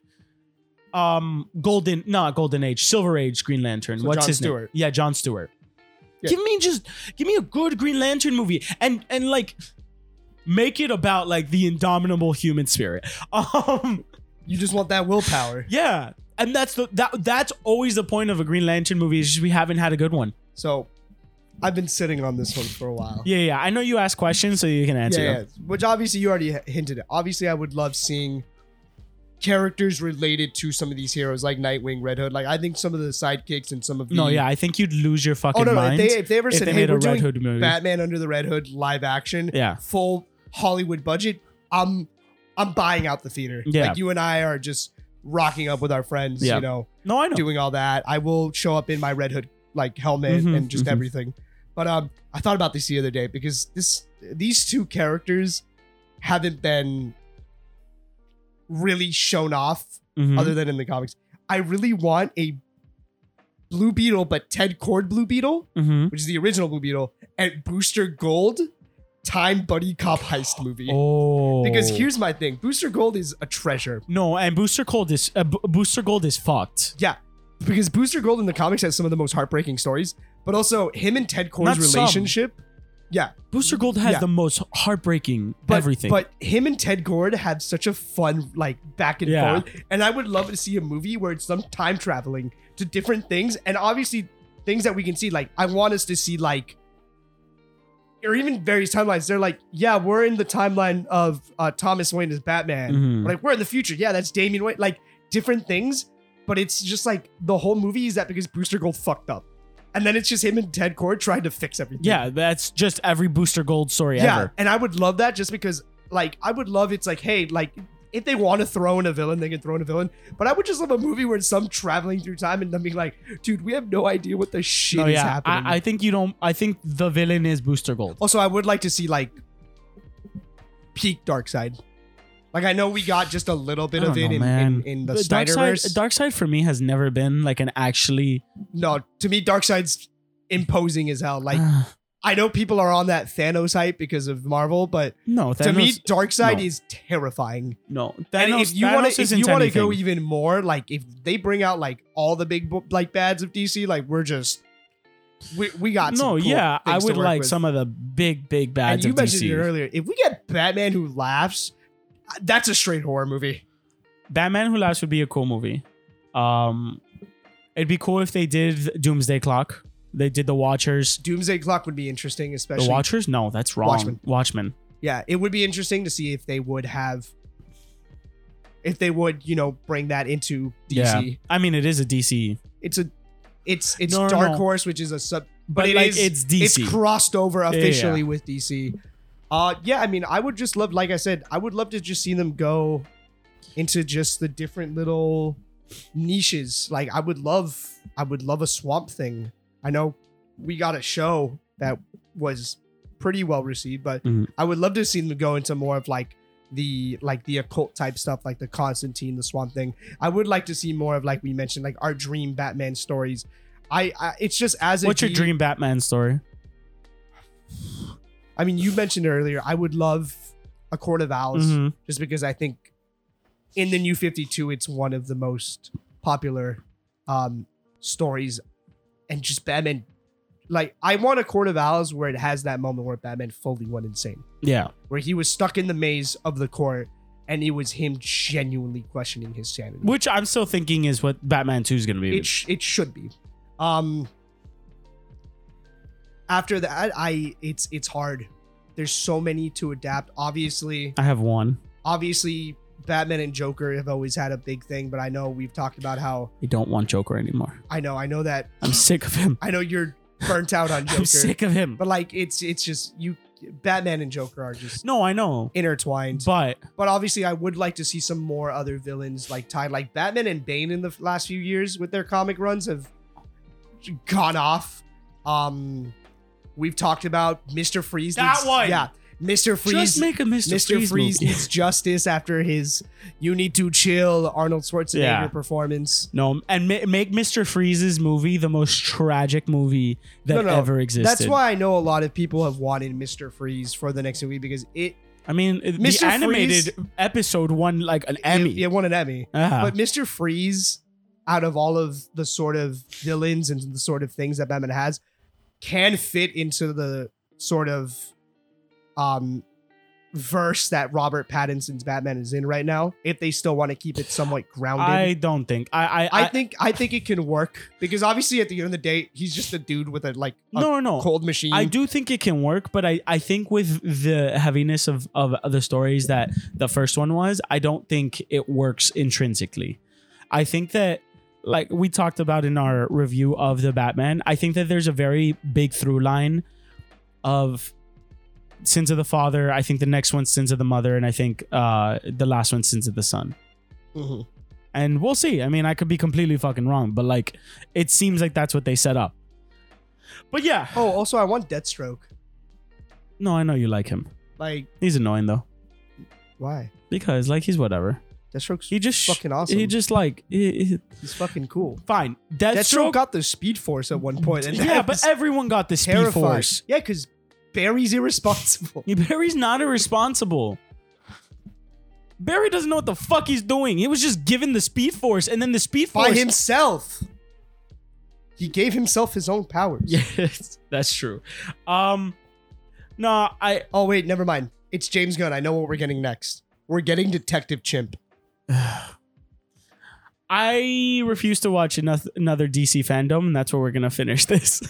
Um, golden, not golden age, silver age Green Lantern. So What's John his name? Stewart. Yeah, John Stewart. Yeah. Give me just give me a good Green Lantern movie, and and like make it about like the indomitable human spirit. [laughs] Um, You just want that willpower. yeah, and that's the that that's always the point of a Green Lantern movie. Is just we haven't had a good one. So I've been sitting on this one for a while. Yeah, yeah. I know you asked questions, so you can answer. yeah, them. yeah, which obviously you already h- hinted at. Obviously, I would love seeing characters related to some of these heroes, like Nightwing, Red Hood. Like I think some of the sidekicks and some of the No, yeah. I think you'd lose your fucking Oh no, no! If mind. they, if they ever if said, they "Hey, made a we're Red doing Hood movie." Batman under the Red Hood live action, yeah, full Hollywood budget," I'm I'm buying out the theater. Yeah. like you and I are just rocking up with our friends. Yeah. You know, no, I know. doing all that. I will show up in my Red Hood like helmet Mhm, and just mhm. everything. But um, I thought about this the other day because this these two characters haven't been really shown off Mhm. other than in the comics. I really want a Blue Beetle, but Ted Cord Blue Beetle, Mhm. which is the original Blue Beetle, and Booster Gold time buddy cop heist movie. Oh, Because here's my thing: Booster Gold is a treasure. no, and Booster Gold is uh, Bo- Booster Gold is fucked. Yeah, because Booster Gold in the comics has some of the most heartbreaking stories, but also him and Ted Core's Not some. relationship. Yeah, Booster Gold has Yeah. the most heartbreaking but, everything. But him and Ted Gord had such a fun like back and Yeah. forth, and I would love to see a movie where it's them time traveling to different things, and obviously things that we can see. Like I want us to see like, or even various timelines. They're like, yeah, we're in the timeline of uh, Thomas Wayne as Batman. Mhm. Like we're in the future. Yeah, that's Damian Wayne. Like different things, but it's just like the whole movie is that because Booster Gold fucked up. And then it's just him and Ted Cord trying to fix everything. yeah, that's just every Booster Gold story Yeah, ever. and I would love that just because, like, I would love it's like, hey, like, if they want to throw in a villain, they can throw in a villain. But I would just love a movie where it's some traveling through time and them being like, dude, we have no idea what the shit No, is yeah, happening. I, I think you don't. I think the villain is Booster Gold. also, I would like to see like peak dark side. Like, I know we got just a little bit I of don't it know, in, in, man. in the But Dark Snyderverse. Side, uh, Dark Side for me has never been like an actually no, to me, dark side's imposing as hell. Like, I know people are on that Thanos hype because of Marvel, but [sighs] no. Thanos, to me, dark side no. is terrifying. no. And Thanos, if you want want to, to, if you want to go even more, like if they bring out like all the big bo- like bads of DC, like we're just we we got no, some cool yeah, I things to would work like with. some of the big, big And bads you of mentioned DC. it earlier. If we get Batman who laughs, that's a straight horror movie. Batman Who Laughs would be a cool movie. Um, it'd be cool if they did Doomsday Clock. They did the Watchers. Doomsday Clock would be interesting, especially The Watchers? No, that's wrong. Watchmen. Watchmen. yeah, it would be interesting to see if they would have if they would you know bring that into Yeah. DC. I mean, it is a DC, It's a it's it's No, no, Dark no. Horse, which is a sub, but, it like is- it's DC. It's crossed over yeah, officially with DC. Uh, yeah, I mean, I would just love, like I said, I would love to just see them go into just the different little niches. Like, I would love, I would love a Swamp Thing. I know we got a show that was pretty well received, but Mhm. I would love to see them go into more of like the like the occult type stuff, like the Constantine, the Swamp Thing. I would like to see more of like we mentioned, like our dream Batman stories. I, I it's just as a What's your D- dream Batman story? I mean, you mentioned earlier, I would love a Court of Owls Mhm. just because I think in the new 52, it's one of the most popular um, stories. And just Batman, like, I want a Court of Owls where it has that moment where Batman fully went insane, Yeah. where he was stuck in the maze of the court and it was him genuinely questioning his sanity. Which I'm still thinking is what Batman 2 is going to be. It, sh- it should be. Um, after that, I it's it's hard. There's so many to adapt. Obviously, I have one. obviously Batman and Joker have always had a big thing, but I know we've talked about how I don't want Joker anymore. I know I know that [laughs] I'm sick of him. I know you're burnt out on [laughs] Joker, I'm sick of him. but like it's it's just you Batman and Joker are just No, I know. intertwined. But, But obviously, I would like to see some more other villains like tied, like Batman and Bane in the last few years with their comic runs have gone off. Um, we've talked about Mister Freeze. That needs- one! yeah, Mister Freeze just make a Mr. Mr. Freeze, Freeze, movie. needs justice after his "You Need to Chill" Arnold Schwarzenegger Yeah. performance. No, and ma- make Mr. Freeze's movie the most tragic movie that No, no, ever existed. That's why I know a lot of people have wanted Mr. Freeze for the next movie because it I mean, it- Mr. the animated episode won like an Emmy. Uh-huh. it, it won an Emmy. Yeah. But Mr. Freeze, out of all of the sort of villains and the sort of things that Batman has, can fit into the sort of um verse that Robert Pattinson's Batman is in right now, if they still want to keep it somewhat grounded. I don't think I I, I, I think I think it can work because obviously at the end of the day he's just a dude with a like a no no no. cold machine. I do think it can work, but I, I think with the heaviness of, of the stories that the first one was, I don't think it works intrinsically. I think that like we talked about in our review of the Batman, I think that there's a very big through line of sins of the father. I think the next one sins of the mother, and I think uh, the last one sins of the son. Mhm. And we'll see. I mean, I could be completely fucking wrong, but like, it seems like that's what they set up. But yeah, Oh, also I want Deathstroke. no, I know you like him. Like He's annoying though, why? because like he's whatever. Deathstroke's He just fucking awesome. He just like he- he- he's fucking cool. fine. Deathstroke Deathstroke. got the Speed Force at one point, and yeah, that but was everyone got the speed terrifying. force. [laughs] Yeah, because Barry's irresponsible. Barry's not irresponsible. Barry doesn't know what the fuck he's doing. He was just given the speed force, and then the speed by force himself. He gave himself his own powers. [laughs] Yes, that's true. Um, no, I Oh wait, never mind. It's James Gunn. I know what we're getting next. We're getting Detective Chimp. I refuse to watch anoth- another DC fandom, and that's where we're gonna finish [laughs] this.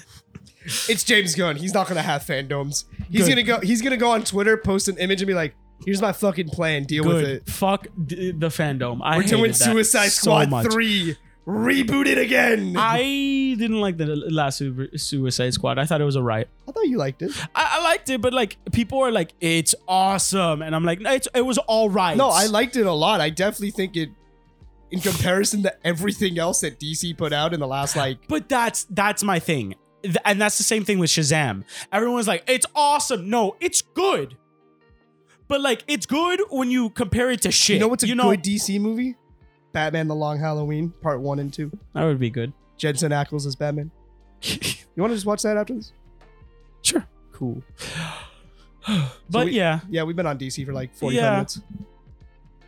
It's James Gunn. He's not gonna have fandoms. He's Good. gonna go. He's gonna go on Twitter, post an image, and be like, "Here's my fucking plan. Deal with Good. it." Fuck d- the fandom. I We're hated doing that Suicide so Squad much. three. Reboot it again. I didn't like the last Su- Suicide Squad. I thought it was alright. I thought you liked it. I-, I liked it, but like people are like, "It's awesome," and I'm like, "No, it's- it was alright." No, I liked it a lot. I definitely think it, in comparison to everything else that DC put out in the last like But that's that's my thing. Th- And that's the same thing with Shazam. Everyone's like, it's awesome. No, it's good. But like it's good when you compare it to shit. You know what's a good DC movie? Batman: The Long Halloween, Part One and Two. that would be good. Jensen Ackles [laughs] as Batman. You want to just watch that after this? sure. Cool. [sighs] But we- yeah, Yeah, we've been on DC for like 45 Yeah. minutes.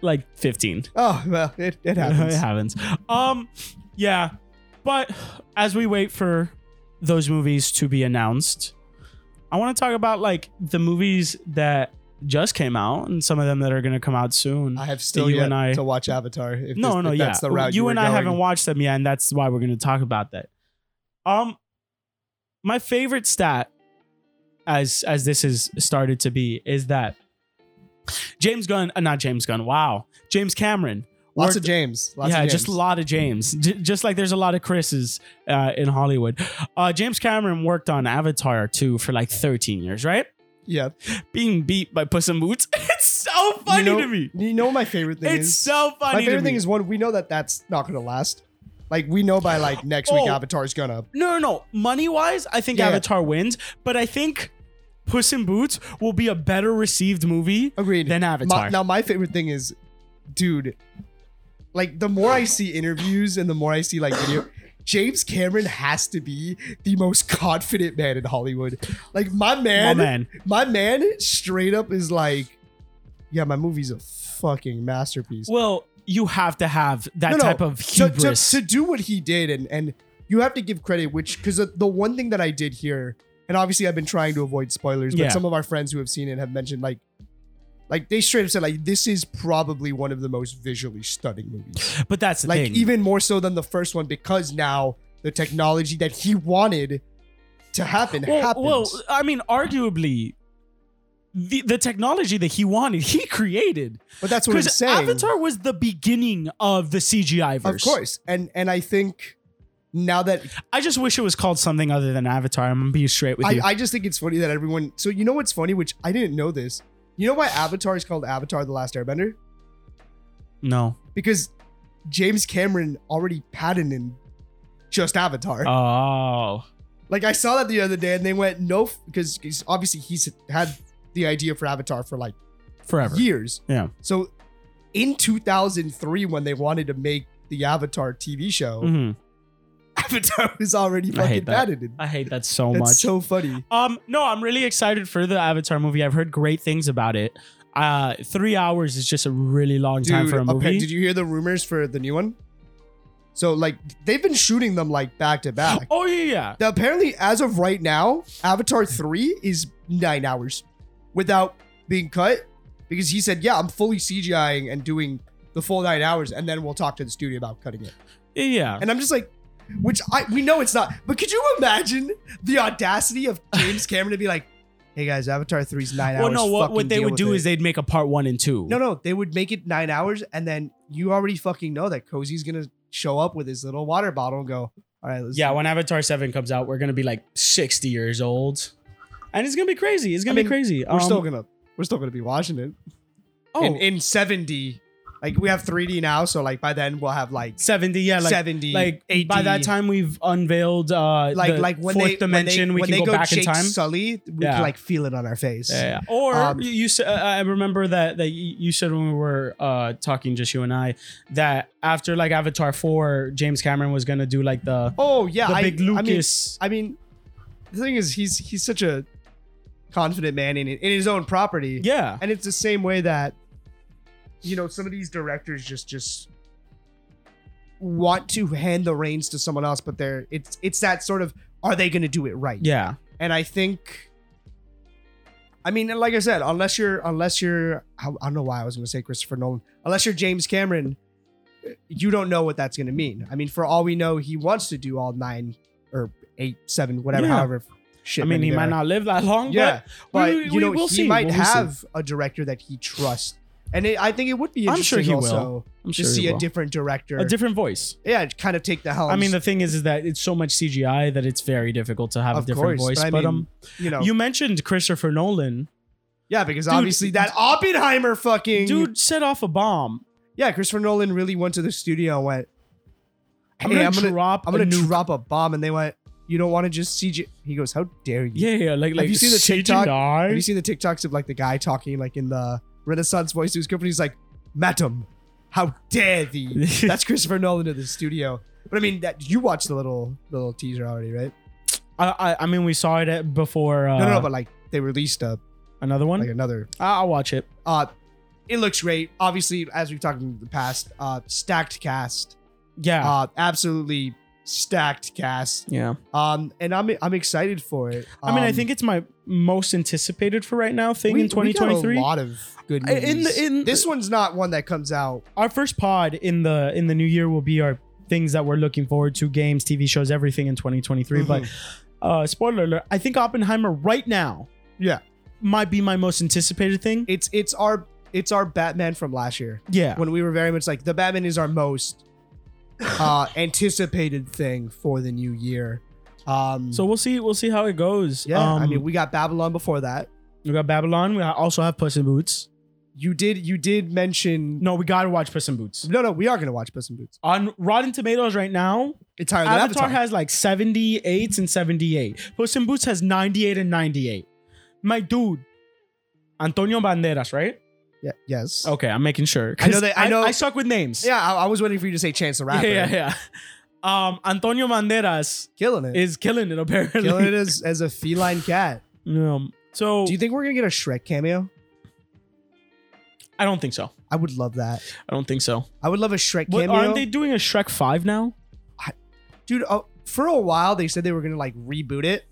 like 15. Oh well, it, [laughs] it it happens. happens. Um yeah. But as we wait for those movies to be announced, I want to talk about like the movies that just came out and some of them that are going to come out soon. I have still You yet and I- to watch Avatar. If no, this- no, if yeah. that's the route you were and I going. haven't watched them yet, and that's why we're going to talk about that. Um, my favorite stat, as as this has started to be, is that James Gunn, uh, not James Gunn, wow, James Cameron. Lots worked- of James. Lots yeah, of James. just a lot of James. J- just like there's a lot of Chris's uh, in Hollywood. Uh, James Cameron worked on Avatar 2 for like 13 years, right? Yeah. Being beat by Puss in Boots. [laughs] It's so funny you know, to me. You know what my favorite thing It's is. so funny my favorite to me. thing is one. We know that that's not gonna last. Like we know by like next week Oh. Avatar's gonna. No, no, no. Money wise, I think Yeah, yeah. Avatar wins, but I think Puss in Boots will be a better received movie Agreed. than Avatar. My, now my favorite thing is, dude, like the more I see interviews and the more I see like [laughs] video, James Cameron has to be the most confident man in Hollywood. Like my My man, man. my man straight up is like, yeah, my movie's a fucking masterpiece. Well, you have to have that No, no, type of to, to- hubris. to do what he did and and you have to give credit which because the, the one thing that i did here and obviously i've been trying to avoid spoilers but Yeah. some of our friends who have seen it have mentioned like like they straight up said like this is probably one of the most visually stunning movies but that's the like thing. even more so than the first one because now the technology that he wanted to happen well, happens well, I mean, arguably, the, the technology that he wanted, he created. but that's what i'm Because saying Avatar was the beginning of the CGI of verse. course and and i think now that I just wish it was called something other than Avatar. I'm going to be straight with I, you. I just think it's funny that everyone. So you know what's funny, which I didn't know this. You know why Avatar is called Avatar: The Last Airbender? no. Because James Cameron already patented just Avatar. Oh. like I saw that the other day, and they went no, because obviously he's had the idea for Avatar for like Forever. years. Yeah. So in 2003, when they wanted to make the Avatar TV show, Mhm. [laughs] Avatar was already I hate fucking that patented. I hate that so That's much. so funny. Um, no, I'm really excited for the Avatar movie. I've heard great things about it. Uh, three hours is just a really long time Dude, for a appa- movie. did you hear the rumors for the new one? So like they've been shooting them like back [gasps] to back. oh yeah, yeah. Now, apparently, as of right now, Avatar three is nine hours without being cut, because he said, "Yeah, I'm fully CGIing and doing the full nine hours, and then we'll talk to the studio about cutting it." Yeah. And I'm just like, which I we know it's not, but could you imagine the audacity of [laughs] James Cameron to be like, "Hey guys, Avatar 3's nine Well, hours." no. What, what fucking they deal would with do it." is they'd make a part one and two. no, no, they would make it nine hours, and then you already fucking know that Cozy's gonna show up with his little water bottle and go, "All right, let's Yeah, when Avatar Seven comes out, we're gonna be like sixty years old, and it's gonna be crazy. It's gonna be I mean, crazy. Um, we're still gonna we're still gonna be watching it." oh, in, in 7D. Like we have 3D now, so like by then we'll have like 70, Yeah, like 70, like 80. by that time we've unveiled uh like the like when fourth they dimension. when we can they, when they go, back Jake in time. Sully, we Yeah. can like feel it on our face. Yeah, yeah. Or Um, you, you s- uh, I remember that that you you said when we were uh, talking, just you and I, that after like Avatar four, James Cameron was gonna do like the Oh yeah, the I, big Lucas. I mean, I mean, the thing is, he's he's such a confident man in in his own property. yeah, and it's the same way that you know some of these directors just just want to hand the reins to someone else, but they're it's it's that sort of are they going to do it right? yeah, and I think, I mean, like I said, unless you're, unless you're, I I don't know why I was going to say Christopher Nolan, unless you're James Cameron, you don't know what that's going to mean. I mean, for all we know, he wants to do all nine or eight, seven, whatever, Yeah. however. Shit, I mean, many he there might are. not live that long. Yeah, but we- you we- know, we'll he see, might we'll see. have a director that he trusts, and it, I think it would be I'm interesting sure he will. also but I'm to sure he see a will. different director. a different voice. yeah, kind of take the helm. I mean, the thing is, is that it's so much CGI that it's very difficult to have a Of different course, voice. but I But, mean, um, you know, you mentioned Christopher Nolan. yeah, because Dude, obviously that Oppenheimer fucking Dude set off a bomb. Yeah, Christopher Nolan really went to the studio and went, "Hey, I'm gonna, drop. I'm gonna a nuke. drop a bomb," and they went, "You don't want to just CG?" He goes, "How dare you?" [laughs] Yeah, yeah. Like, like you seen the TikTok? CGI? Have you seen the TikToks of like the guy talking like in the Renaissance voice to his company? He's like, "Madam, how dare thee?" [laughs] That's Christopher Nolan to the studio. But I mean, that you watched the little the little teaser already, right? [laughs] I, I, I mean, we saw it at- before. Uh, no, no, no. But like they released a another one. like another I- I'll watch it. Uh, it looks great. Obviously, as we've talked in the past, uh, stacked cast, Yeah. uh, absolutely stacked cast. yeah. Um, and I'm I'm excited for it. I mean, I Um, think it's my most anticipated for right now thing we- in we got 2023. A lot of good I- movies. in the- in- this one's not one that comes out. Our first pod in the in the new year will be our things that we're looking forward to, games, TV shows, everything in 2023. But uh spoiler alert, I think Oppenheimer right now Mm-hmm. Yeah, might be my most anticipated thing. it's it's our it's our Batman from last year yeah. when we were very much like the Batman is our most uh [laughs] anticipated thing for the new year. Um, So we'll see we'll see how it goes. yeah, I Um, mean we got Babylon before that. we got Babylon, we also have Puss in Boots. You did you did mention No, we got to watch Puss in Boots. No, no, we are gonna watch Puss in Boots. On Rotten Tomatoes right now, It's higher than Avatar, Avatar. has like 78 and 78. Puss in Boots has 98 and 98. My dude, Antonio Banderas, right? yeah, yes. Okay, I'm making sure. 'cause I know that- I [laughs] know- I, suck with names. Yeah, I, I was waiting for you to say Chance the yeah, Rapper. yeah, yeah. Um, Antonio Banderas Killing it. is killing it apparently. Killing it as, as a feline cat. [laughs] Um, so Do you think we're gonna get a Shrek cameo? I don't think so. I would love that. I don't think so. I would love a Shrek But cameo, aren't they doing a Shrek Five now? dude. Uh, for a while, they said they were gonna like reboot it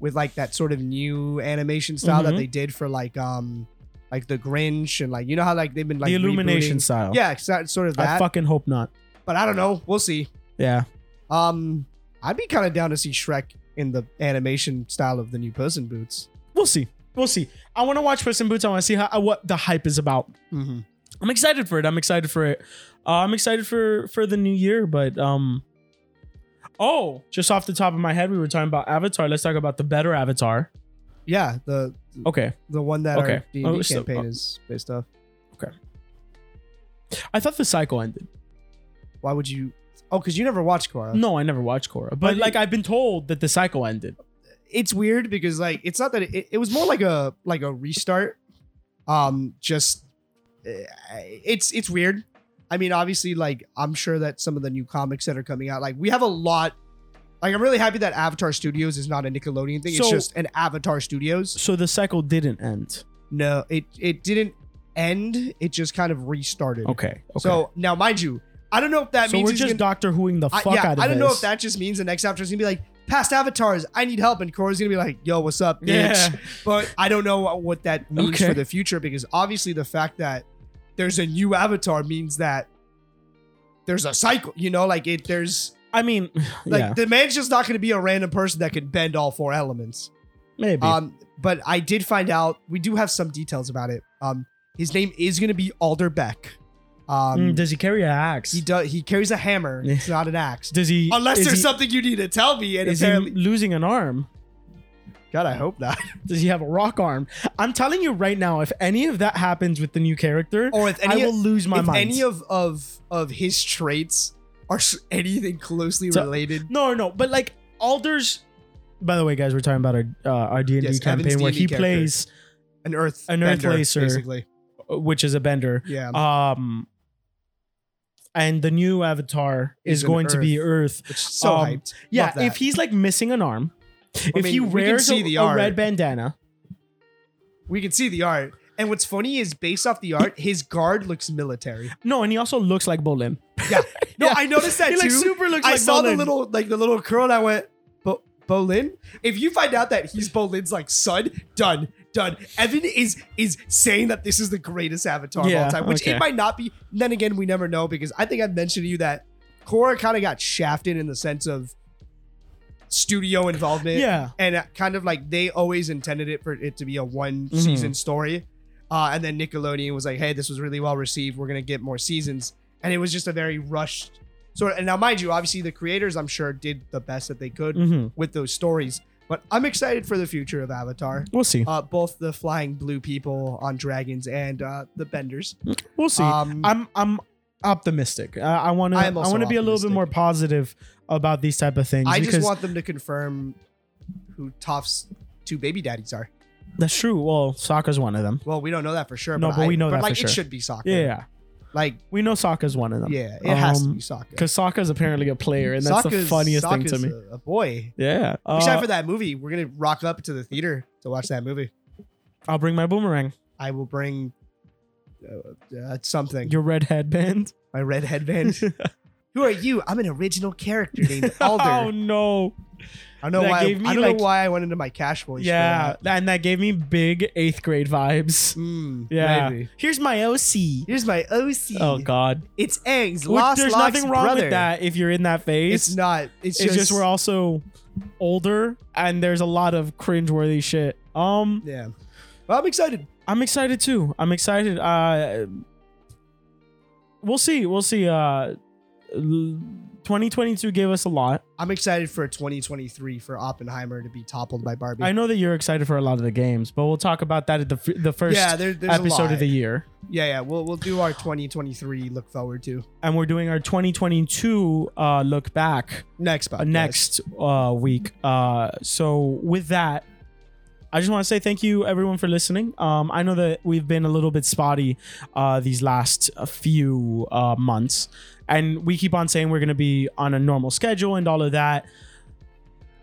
with like that sort of new animation style that Mhm. they did for like um like the Grinch and like you know how like they've been like the Illumination rebooting? style. Yeah, it's that sort of I that. fucking hope not. but I don't know. We'll see. Yeah. Um, I'd be kind of down to see Shrek in the animation style of the new Puss in Boots. We'll see. We'll see. I want to watch Puss in Boots. I want to see how uh, what the hype is about. Mm-hmm. I'm excited for it. I'm excited for it. Uh, I'm excited for for the new year, but um Oh, just off the top of my head, we were talking about Avatar. Let's talk about the better Avatar. Yeah, the Okay. the one that Okay. our D&D Oh, so- campaign is based off. I thought the cycle ended. Why would you? Oh, because you never watched Korra. No, I never watched Korra. But But like it- I've been told that the cycle ended. It's weird because like it's not that it, it was more like a like a restart. Um, just uh, it's it's weird. I mean, obviously, like I'm sure that some of the new comics that are coming out, like we have a lot. Like I'm really happy that Avatar Studios is not a Nickelodeon thing. So- it's just an Avatar Studios. So the cycle didn't end. No, it it didn't end. It just kind of restarted. Okay. Oh, Okay. So, So now, mind you, I don't know if that means we're he's just gonna, doctor whoing the I, fuck yeah, out of I don't know this. if that just means the next chapter is gonna be like past avatars. I need help, and Korra's gonna be like, "Yo, what's up, bitch?" Yeah. [laughs] But I don't know what, what that means Okay. for the future because obviously the fact that there's a new avatar means that there's a cycle. You know, like it. There's I [laughs] mean, like yeah, the man's just not gonna be a random person that can bend all four elements. maybe. Um, but I did find out we do have some details about it. Um, his name is gonna be Alder Beck. Um, Mm, does he carry an axe? he does. He carries a hammer. Yeah. It's not an axe. does he? Unless is there's he, something you need to tell me, and Is he apparently, losing an arm? God, I hope not. [laughs] Does he have a rock arm? I'm telling you right now, if any of that happens with the new character, Or if I Oh, any, will lose my if mind. any of of of his traits are s- anything closely So- related, no, no, but like Alder's. By the way, guys, we're talking about our uh, our D and D Yes, Kevin's campaign where D&D he character. plays, an Earth, An Earth bender, Racer. basically. uh, which is a bender. Yeah, Um, and the new avatar Is is an going to be Earth. which is so um, hyped. Yeah, Love that. if he's like missing an arm, if mean, he we can wears see a, the a art. red bandana, we can see the art. And what's funny is based off the art, his guard looks military. no, and he also looks like Bolin. No, Yeah. I noticed that [laughs] He too. like super looks I like saw the Bolin. little like the little curl and I went, Bo- Bolin? If you find out that he's Bolin's like son, done, done. Evan is is saying that this is the greatest avatar of Yeah, all time, which okay. it might not be. Then again, we never know because I think I've mentioned to you that Korra kind of got shafted in the sense of studio involvement. Yeah. And uh, kind of like they always intended it for it to be a one Mhm. season story. Uh, and then Nickelodeon was like, hey, this was really well received. We're going to get more seasons. And it was just a very rushed sort of. And now, mind you, obviously the creators, I'm sure, did the best that they could hmm with those stories. But I'm excited for the future of Avatar. We'll see. Uh, both the flying blue people on dragons and uh, the benders. We'll see. Um, I'm I'm optimistic. I- I want to I I am also want to be a little bit optimistic. more positive about these type of things I because just want them to confirm who Toph's two baby daddies are. that's true. Well, Sokka's one of them. Well, we don't know that for sure. No, but I- we know but that like, for sure. it should be Sokka. Yeah, yeah. Like, we know Sokka's one of them. yeah, it has to Um, be Sokka. Because Sokka's apparently a player, and that's the Sokka's- funniest thing Sokka's to me. A, a boy. yeah, Except Uh, for that movie, we're gonna rock up to the theater to watch that movie. I'll bring my boomerang, I will bring uh, uh, something. your red [laughs] headband. My red [laughs] headband. Who are you? I'm an original character named Alder. oh no! I don't know that why. gave me, I don't like- know why I went into my cash voice. for Yeah, that. and that gave me big eighth grade vibes. Mm, Yeah. maybe. Here's my OC. Here's my OC. Oh God! It's Aang's Which- lost there's Locke's nothing wrong brother. with that if you're in that phase. It's not. It's, It's, just, we're also older and there's a lot of cringeworthy shit. Um, Yeah. Well, I'm excited. I'm excited too. I'm excited. Uh, we'll see. We'll see. Uh, l- 2022 gave us a lot. I'm excited for 2023 for Oppenheimer to be toppled by Barbie. I know that you're excited for a lot of the games, but we'll talk about that at the f- the first yeah, there, there's a episode lot. of the year. Yeah, yeah. We'll we'll do our 2023 look forward to And we're doing our 2022 uh, look back next. uh, Podcast. next uh, week. Uh, so with that, I just want to say thank you everyone for listening. Um, I know that we've been a little bit spotty uh, these last uh, few uh, months, and we keep on saying we're going to be on a normal schedule and all of that.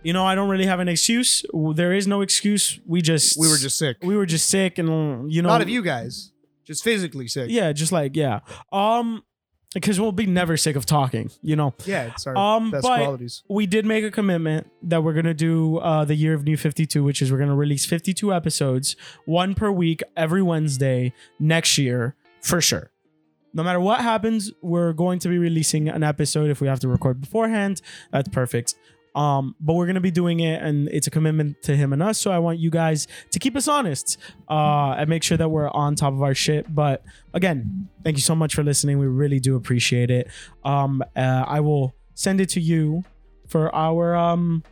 You know, I don't really have an excuse. W- There is no excuse. We just We were just sick. we were just sick, and you know, Not of you guys, just physically sick. Yeah, just like yeah, um, because we'll be never sick of talking. You know, Yeah, it's our Um, best but- qualities. we did make a commitment that we're gonna do uh, the year of new 52 which is we're gonna release 52 episodes one per week every wednesday next year for sure no matter what happens we're going to be releasing an episode if we have to record beforehand that's perfect um, but we're gonna be doing it and it's a commitment to him and us so i want you guys to keep us honest uh, and make sure that we're on top of our shit but again thank you so much for listening we really do appreciate it um, uh, i will send it to you for our um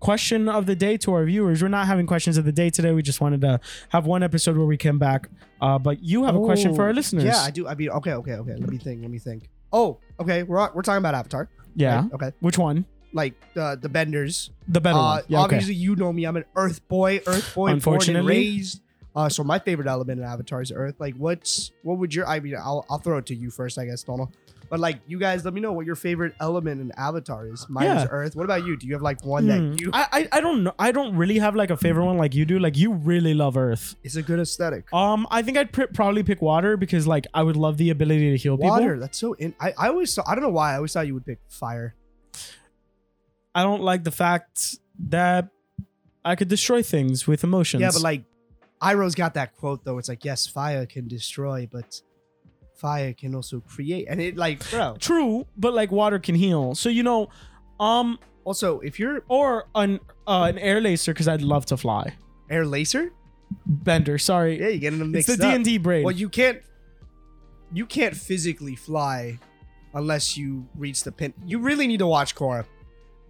question of the day to our viewers. We're not having questions of the day today. We just wanted to have one episode where we came back. Uh, but you have a question for Oh, our listeners. Yeah, I do. I mean, okay, okay, okay. Let me think. Let me think. Oh, okay. We're on- we're talking about Avatar. Yeah. right? Okay. Which one? Like uh, the Benders. The better Uh, one. Yeah, okay. obviously, you know me. I'm an Earth boy. Earth boy, born and Unfortunately. raised. Uh, so my favorite element in Avatar is Earth. Like, what's what would your? I mean, I'll, I'll throw it to you first, I guess, Donald. But like, you guys, let me know what your favorite element in Avatar is. Mine Yeah. is Earth. What about you? Do you have like one Hmm. that you? I, I I don't know. I don't really have like a favorite one like you do. Like you really love Earth. It's a good aesthetic. Um, I think I'd pr- probably pick water because like I would love the ability to heal Water. people. That's so. In, I I always saw. I don't know why. I always thought you would pick fire. I don't like the fact that I could destroy things with emotions. Yeah, but like, Iroh's got that quote though. It's like, yes, fire can destroy, but fire can also create. And it like, bro. true, but like water can heal. So you know, um, Also, if you're or an uh, an air laser because I'd love to fly. air laser, Bender, sorry, yeah, you get in the it's mixed the D up. and D brain. Well, you can't. You can't physically fly unless you reach the pin. You really need to watch Korra,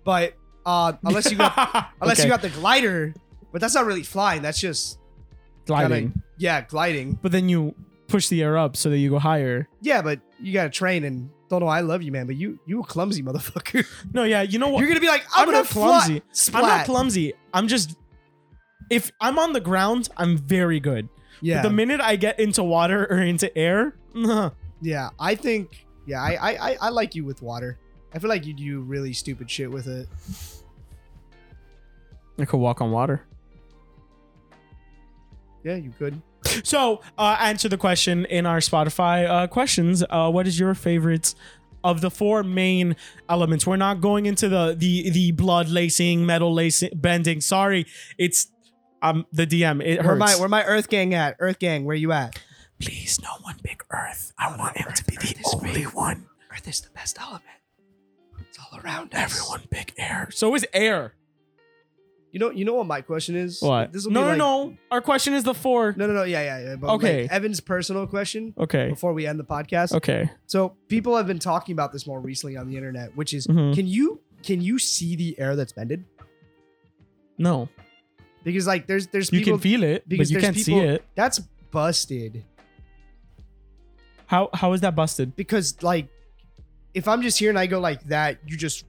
but uh, [laughs] unless you got unless Okay. you got the glider, but that's not really flying. That's just kinda- gliding, yeah, gliding. but then you push the air up so that you go higher. Yeah, but you gotta train and don't know. I love you, man, but you you a clumsy motherfucker. [laughs] No, yeah, you know what? You're gonna be like, I'm, I'm gonna not clumsy. clumsy. Fly. I'm Splat. not clumsy. I'm just if I'm on the ground, I'm very good. yeah, But the minute I get into water or into air, [laughs] yeah. I think yeah, I, I I I like you with water. I feel like you do really stupid shit with it. I could walk on water. Yeah, you could. So, uh, answer the question in our Spotify uh, questions. Uh, what is your favorite of the four main elements? We're not going into the the the blood lacing, metal lacing, bending. Sorry, it's um the DM. It Where hurts. my where my Earth Gang at? Earth Gang, where you at? Please, no one pick Earth. I want him to be the only one. Earth is the best element. It's all around us. pick Air. So is Air. You know, you know what my question is. What? No, This will no, be like, no. Our question is the four. no, no, no. Yeah, yeah. yeah but okay. Okay. Evan's personal question Okay. before we end the podcast. Okay. So people have been talking about this more recently on the internet, which is, Mhm. can you can you see the air that's bended? No, Because like, there's there's you people can feel it, but because you there's can't see people- it. that's busted. How how is that busted? Because like, if I'm just here and I go like that, you just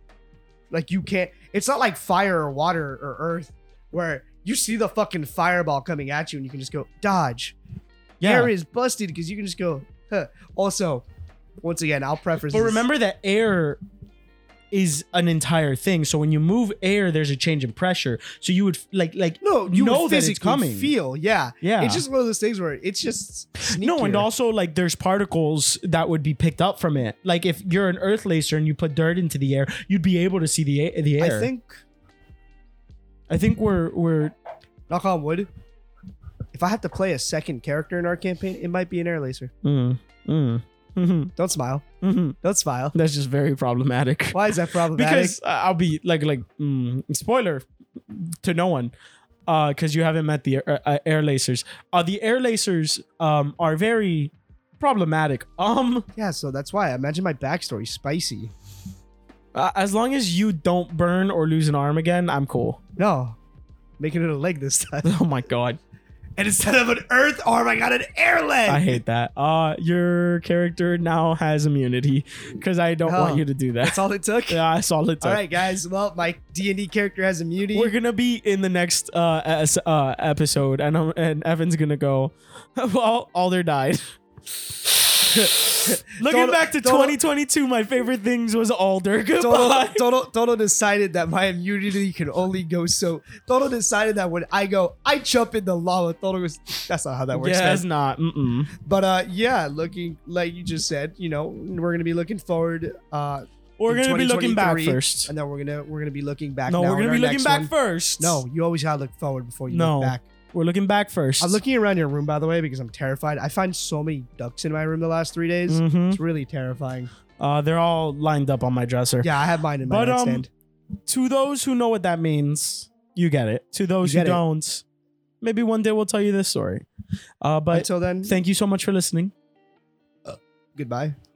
like you can't. It's not like fire or water or earth where you see the fucking fireball coming at you and you can just go dodge. air is busted because you can just go. Huh. Also, once again, I'll preface. But this. remember that air is an entire thing. So when you move air, there's a change in pressure. So you would f- like like no, you know would that it's physically coming. Feel, yeah. yeah. It's just one of those things where it's just sneakier. no, and also like there's particles that would be picked up from it. Like if you're an earth laser and you put dirt into the air, you'd be able to see the a- the air. I think I think we're we're knock on wood. If I have to play a second character in our campaign, it might be an air laser. mm, mm, mhm, Don't smile. mhm. Don't smile. that's just very problematic. Why is that [laughs] problematic? because uh, I'll be like like mm, spoiler to no one because you haven't met the air, uh, air lacers. Uh, the air lacers um, are very problematic. Um, yeah, so that's why. Imagine my backstory, spicy. uh, as long as you don't burn or lose an arm again, I'm cool. [laughs] No, making it a leg this time. [laughs] Oh my god, And instead of an earth arm, I got an air leg. I hate that. Uh, your character now has immunity because I don't Oh. want you to do that. [laughs] That's all it [laughs] took. Yeah, I saw it. All right, guys. Well, my D and D character has immunity. We're gonna be in the next uh, es- uh episode, and I'm, and Evan's gonna go. [laughs] Well, Alder died. [laughs] Looking Total- back to total- 2022, my favorite things was Alder. [laughs] Toto, Goodbye. Toto, Toto decided that my immunity can only go so. Toto decided that when I go, I jump in the lava. Toto goes, that's not how that works. yeah, man." it's not. Mm-mm. But uh, yeah, looking like you just said, you know, we're gonna be looking forward, uh, We're In gonna be looking back 2023, first. and then we're gonna we're gonna be looking back. No, now we're in gonna our be looking next back one. first. No, you always gotta look forward before you No. look back. we're looking back first. I'm looking around your room by the way because I'm terrified. I find so many ducks in my room the last three days. hmm It's really terrifying. Uh, they're all lined up on my dresser. Yeah, I have mine in my But, um, nightstand. To those who know what that means, you get it. To those You who get it. don't, maybe one day we'll tell you this story. Uh, but Until then, thank you so much for listening. goodbye.